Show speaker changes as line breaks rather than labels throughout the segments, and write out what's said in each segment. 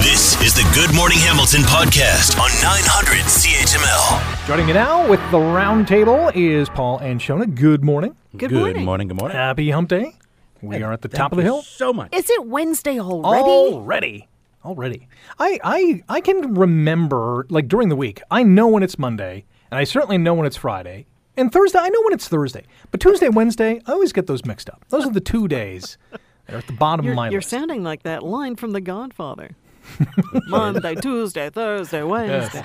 This is the Good Morning Hamilton podcast on 900 CHML.
Joining me now with the roundtable is Paul and Shona. Good morning.
Good,
Good
morning.
morning. Good morning.
Happy hump day. We are at the top of the
Thank you
hill.
So much.
Is it Wednesday already?
Already. Already. I, I I can remember like during the week. I know when it's Monday, and I certainly know when it's Friday. And Thursday, I know when it's Thursday. But Tuesday, Wednesday, I always get those mixed up. Those are the two days that are at the bottom
You're,
of my
you're
list.
sounding like that line from The Godfather. Monday, Tuesday, Thursday, Wednesday.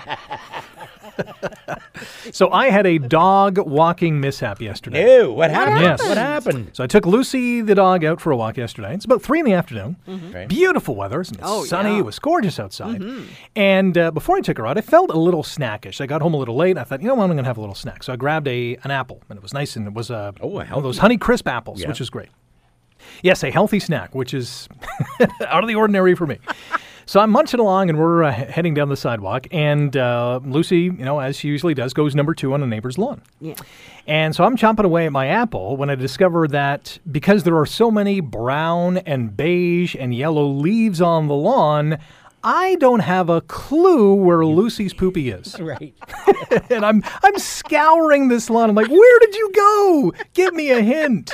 so I had a dog walking mishap yesterday.
Ew, what happened?
Yes.
What
Mm.
happened?
So I took Lucy the dog out for a walk yesterday. It's about three in the afternoon.
Okay.
Beautiful weather, isn't it?
Mm-hmm. Oh,
Sunny.
yeah. Mm-hmm.
It was gorgeous outside. And uh, before I took her out, I felt a little snackish. I got home a little late. And I thought, you know what, I'm going to have a little snack. So I grabbed a an apple, and it was nice, and it was uh,
Oh, a
one of
healthy-
those Honey Crisp apples,
Yeah.
which is great. Yes, a healthy snack, which is out of the ordinary for me. So I'm munching along, and we're uh, he- heading down the sidewalk. And uh, Lucy, you know, as she usually does, goes number two on a neighbor's lawn.
Yeah.
And so I'm chomping away at my apple when I discover that because there are so many brown and beige and yellow leaves on the lawn, I don't have a clue where Lucy's poopy is.
Right.
and I'm I'm scouring this lawn. I'm like, where did you go? Give me a hint.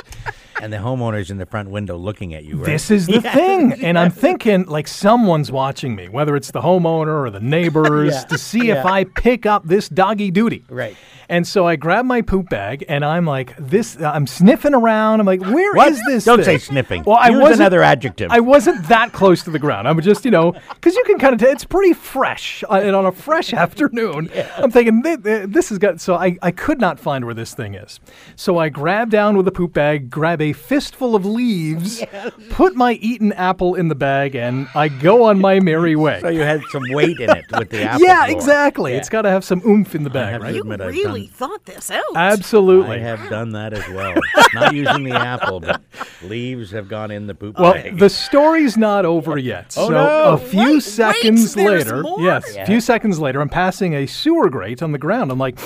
And the homeowner's in the front window looking at you, right?
This is the thing. And I'm thinking like someone's watching me, whether it's the homeowner or the neighbors,
Yeah.
to see if
Yeah.
I pick up this doggy duty.
Right.
And so I grab my poop bag and I'm like, this, I'm sniffing around. I'm like, where is
What?
this?
Don't
thing?
say sniffing.
Well, I
Use
wasn't,
another adjective.
I wasn't that close to the ground. I'm just, you know, because you can kind of, tell it's pretty fresh. uh, and on a fresh afternoon, I'm thinking, "Thi- thi- this has got, so I, I could not find where this thing is. So I grab down with a poop bag, grab a fistful of leaves, put my eaten apple in the bag, and I go on my merry way.
so you had some weight in it with the apple.
yeah,
floor.
exactly. It's got to have some oomph in the bag,
have
right?
to
You
admit I've
really thought this out.
Absolutely.
I have done that as well. Not using the apple, but leaves have gone in the poop
Well,
bag.
the story's not over yet. so
no.
a few
Oh, Wait,
seconds
wait, there's
later,
more?
yes, a
Yeah.
few seconds later, I'm passing a sewer grate on the ground. I'm like,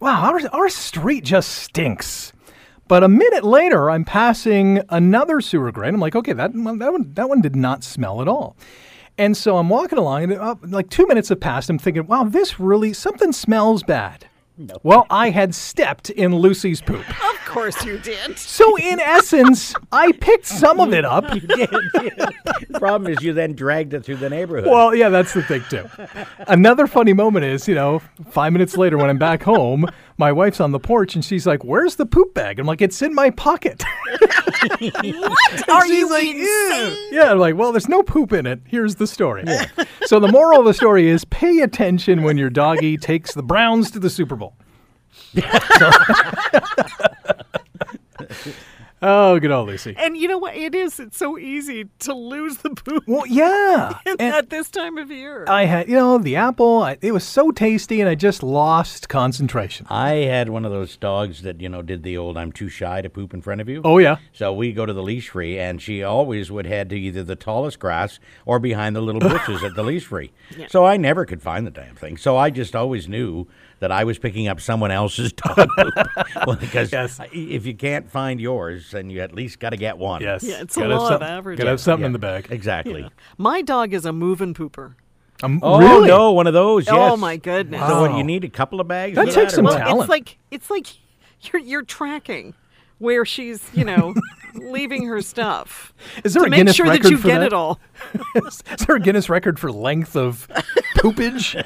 wow, our, our street just stinks. But a minute later, I'm passing another sewer grate. I'm like, okay, that one, that one, that one did not smell at all. And so I'm walking along, and uh, like two minutes have passed. I'm thinking, wow, this really something smells bad. Well, I had stepped in Lucy's poop.
Of course you did.
So in essence, I picked some of it up.
the problem is you then dragged it through the neighborhood.
Well, yeah, that's the thing too. Another funny moment is, you know, five minutes later when I'm back home, my wife's on the porch and she's like, "Where's the poop bag?" I'm like, "It's in my pocket."
What are
she's
you
like,
insane?
yeah, I'm like, "Well, there's no poop in it. Here's the story." so the moral of the story is, pay attention when your doggy takes the Browns to the Super Bowl. So- oh, good old Lucy.
And you know what? It is. It's so easy to lose the poop
Well, yeah. And- Uh,
at this time of year.
I had, you know, the apple. I, it was so tasty, and I just lost concentration.
I had one of those dogs that, you know, did the old I'm too shy to poop in front of you.
Oh yeah.
So we go to the leashery, and she always would head to either the tallest grass or behind the little bushes at the leashery. So I never could find the damn thing. So I just always knew that I was picking up someone else's dog poop. well, because
Yes.
i- if you can't find yours, then you at least got to get one.
Yes.
Yeah, it's a
Gotta have
lot of
some-
average.
Gotta have something
Yeah.
in the bag.
Exactly.
My dog is a moving pooper.
Um,
Oh
really?
no, one of those. Yes.
Oh my goodness.
So what,
Wow.
you need a couple of bags.
That
for
takes
or
some
what?
Well,
talent.
it's like it's like you're you're tracking where she's you know leaving her stuff.
Is there
to
a
make
Guinness
sure that
record
you
for
get
that?
it all?
Is there a Guinness record for length of poopage?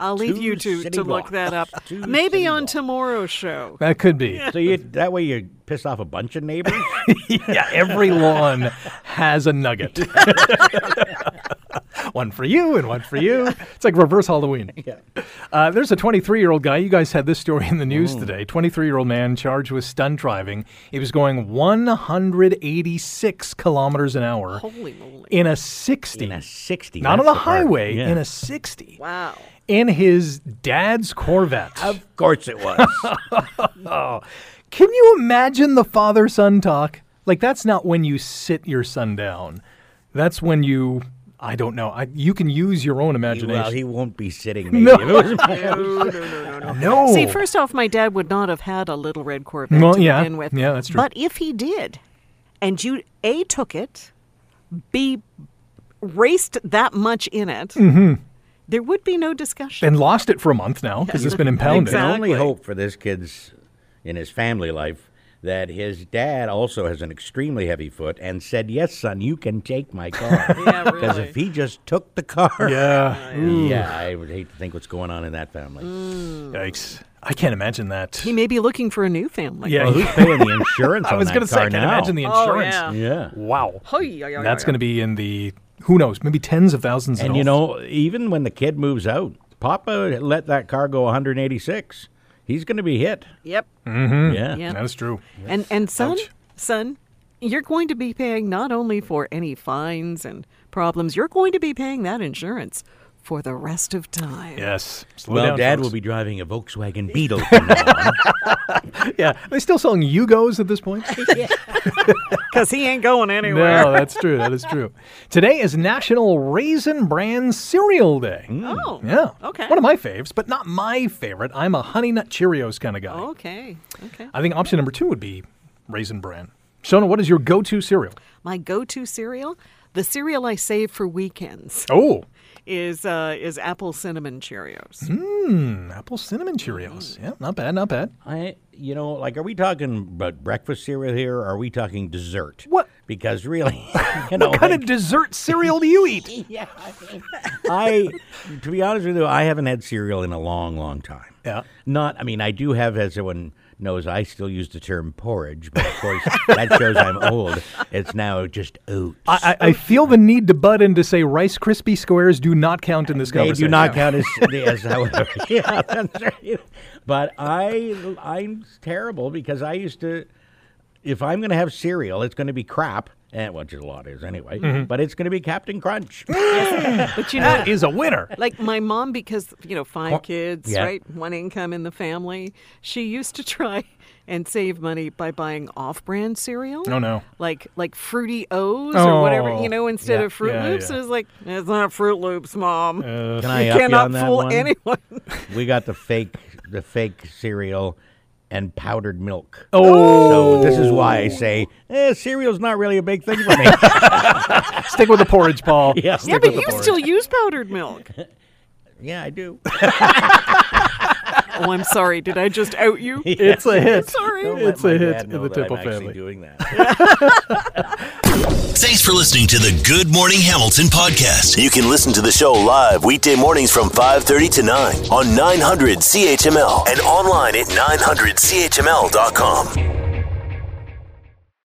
I'll leave
Two
you to,
city
to look
blocks.
that up.
Two
Maybe
city
on
blocks.
tomorrow's show.
That could be.
So you, that way you piss off a bunch of neighbors.
yeah, every lawn has a nugget. one for you and one for you. It's like reverse Halloween.
Yeah.
Uh, there's a 23 year old guy. You guys had this story in the news
Mm.
today. 23 year old man charged with stunt driving. He was going 186 kilometers an hour
Holy moly!
in a 60.
in a sixty.
not on a
that's the part.
highway,
Yeah.
in a 60.
Wow.
In his dad's Corvette.
Of course it was.
Can you imagine the father son talk? Like that's not when you sit your son down. That's when you I don't know. I, you can use your own imagination.
Well, he won't be sitting. Maybe.
no.
See, first off, my dad would not have had a little red Corvette
Well,
to
yeah.
begin with.
Yeah, that's true.
But if he did, and you a took it, b raced that much in it, there would be no discussion.
and lost it for a month now because it's been impounded.
I can only
Exactly.
hope for this kid's in his family life that his dad also has an extremely heavy foot and said, "Yes, son, you can take my car."
Yeah,
Because if he just took the car,
Yeah. Ooh, Mm.
yeah, I would hate to think what's going on in that family.
Yikes. I can't imagine that.
He may be looking for a new family.
Yeah.
Well, who's paying the insurance on
I was
that
going to say, I
car
can
now?
imagine the
Oh,
insurance.
yeah.
yeah.
Wow.
Hoi, oi, oi,
That's
oi,
going to
oi.
be in the, who knows, maybe tens of thousands
And you know, even when the kid moves out, Papa let that car go 186. He's going to be hit.
Yep.
Mm.
Yeah.
Yeah.
That's true.
And and son,
Ouch.
son, you're going to be paying not only for any fines and problems, you're going to be paying that insurance for the rest of time.
Yes. Slow
Well,
down,
Dad
folks.
will be driving a Volkswagen Beetle from now on.
Yeah. Are they still selling Yugos at this point?
Cuz he ain't going anywhere.
no, that's true. That is true. Today is National Raisin Bran Cereal Day.
Mm.
Oh.
Yeah.
Okay.
One of my faves, but not my favorite. I'm a Honey Nut Cheerios kind of guy.
Oh. Okay. Okay.
I think option number two would be Raisin Bran. Shona, what is your go to cereal?
My go-to cereal, the cereal I save for weekends,
Oh,
is uh, is apple cinnamon Cheerios.
apple cinnamon
Mm.
Cheerios. Yeah, not bad, not bad.
I, you know, like, are we talking about breakfast cereal here? Or are we talking dessert?
What?
Because really, Oh, you know,
What kind of dessert cereal do you eat?
I, to be honest with you, I haven't had cereal in a long, long time.
Yeah.
Not, I mean, I do have, as everyone knows, I still use the term porridge, but of course, that shows I'm old. It's now just oats.
I, I I feel the need to butt in to say Rice Krispie squares do not count in this
They
conversation.
do not count as, as however. Yeah, that's right. But I, I'm terrible because I used to, if I'm going to have cereal, it's going to be crap, and which a lot is anyway.
Mm-hmm.
But it's going to be Captain Crunch.
But you know,
That is a winner.
like my mom because you know five kids
yeah.
right one income in the family she used to try and save money by buying off-brand cereal
Oh, no.
like like fruity o's
Oh,
or whatever you know instead
yeah,
of fruit
yeah,
loops
yeah. Uh,
it was like it's not fruit loops mom
Can
you
I up you
cannot
on that
fool
one?
anyone
We got the fake, the fake cereal, and powdered milk.
Oh,
So this is why I say eh, cereal's not really a big thing for me.
stick with the porridge, Paul.
Yeah.
Stick
yeah but
with the
you
porridge.
still use powdered milk
yeah, I do.
oh i'm sorry did i just out you
It's a hit.
Sorry. Don't
It's a hit in the Tipple
Tipple
family.
Doing that.
Thanks for listening to the Good Morning Hamilton podcast. You can listen to the show live weekday mornings from 5:30 to 9 on 900 CHML and online at 900chml.com.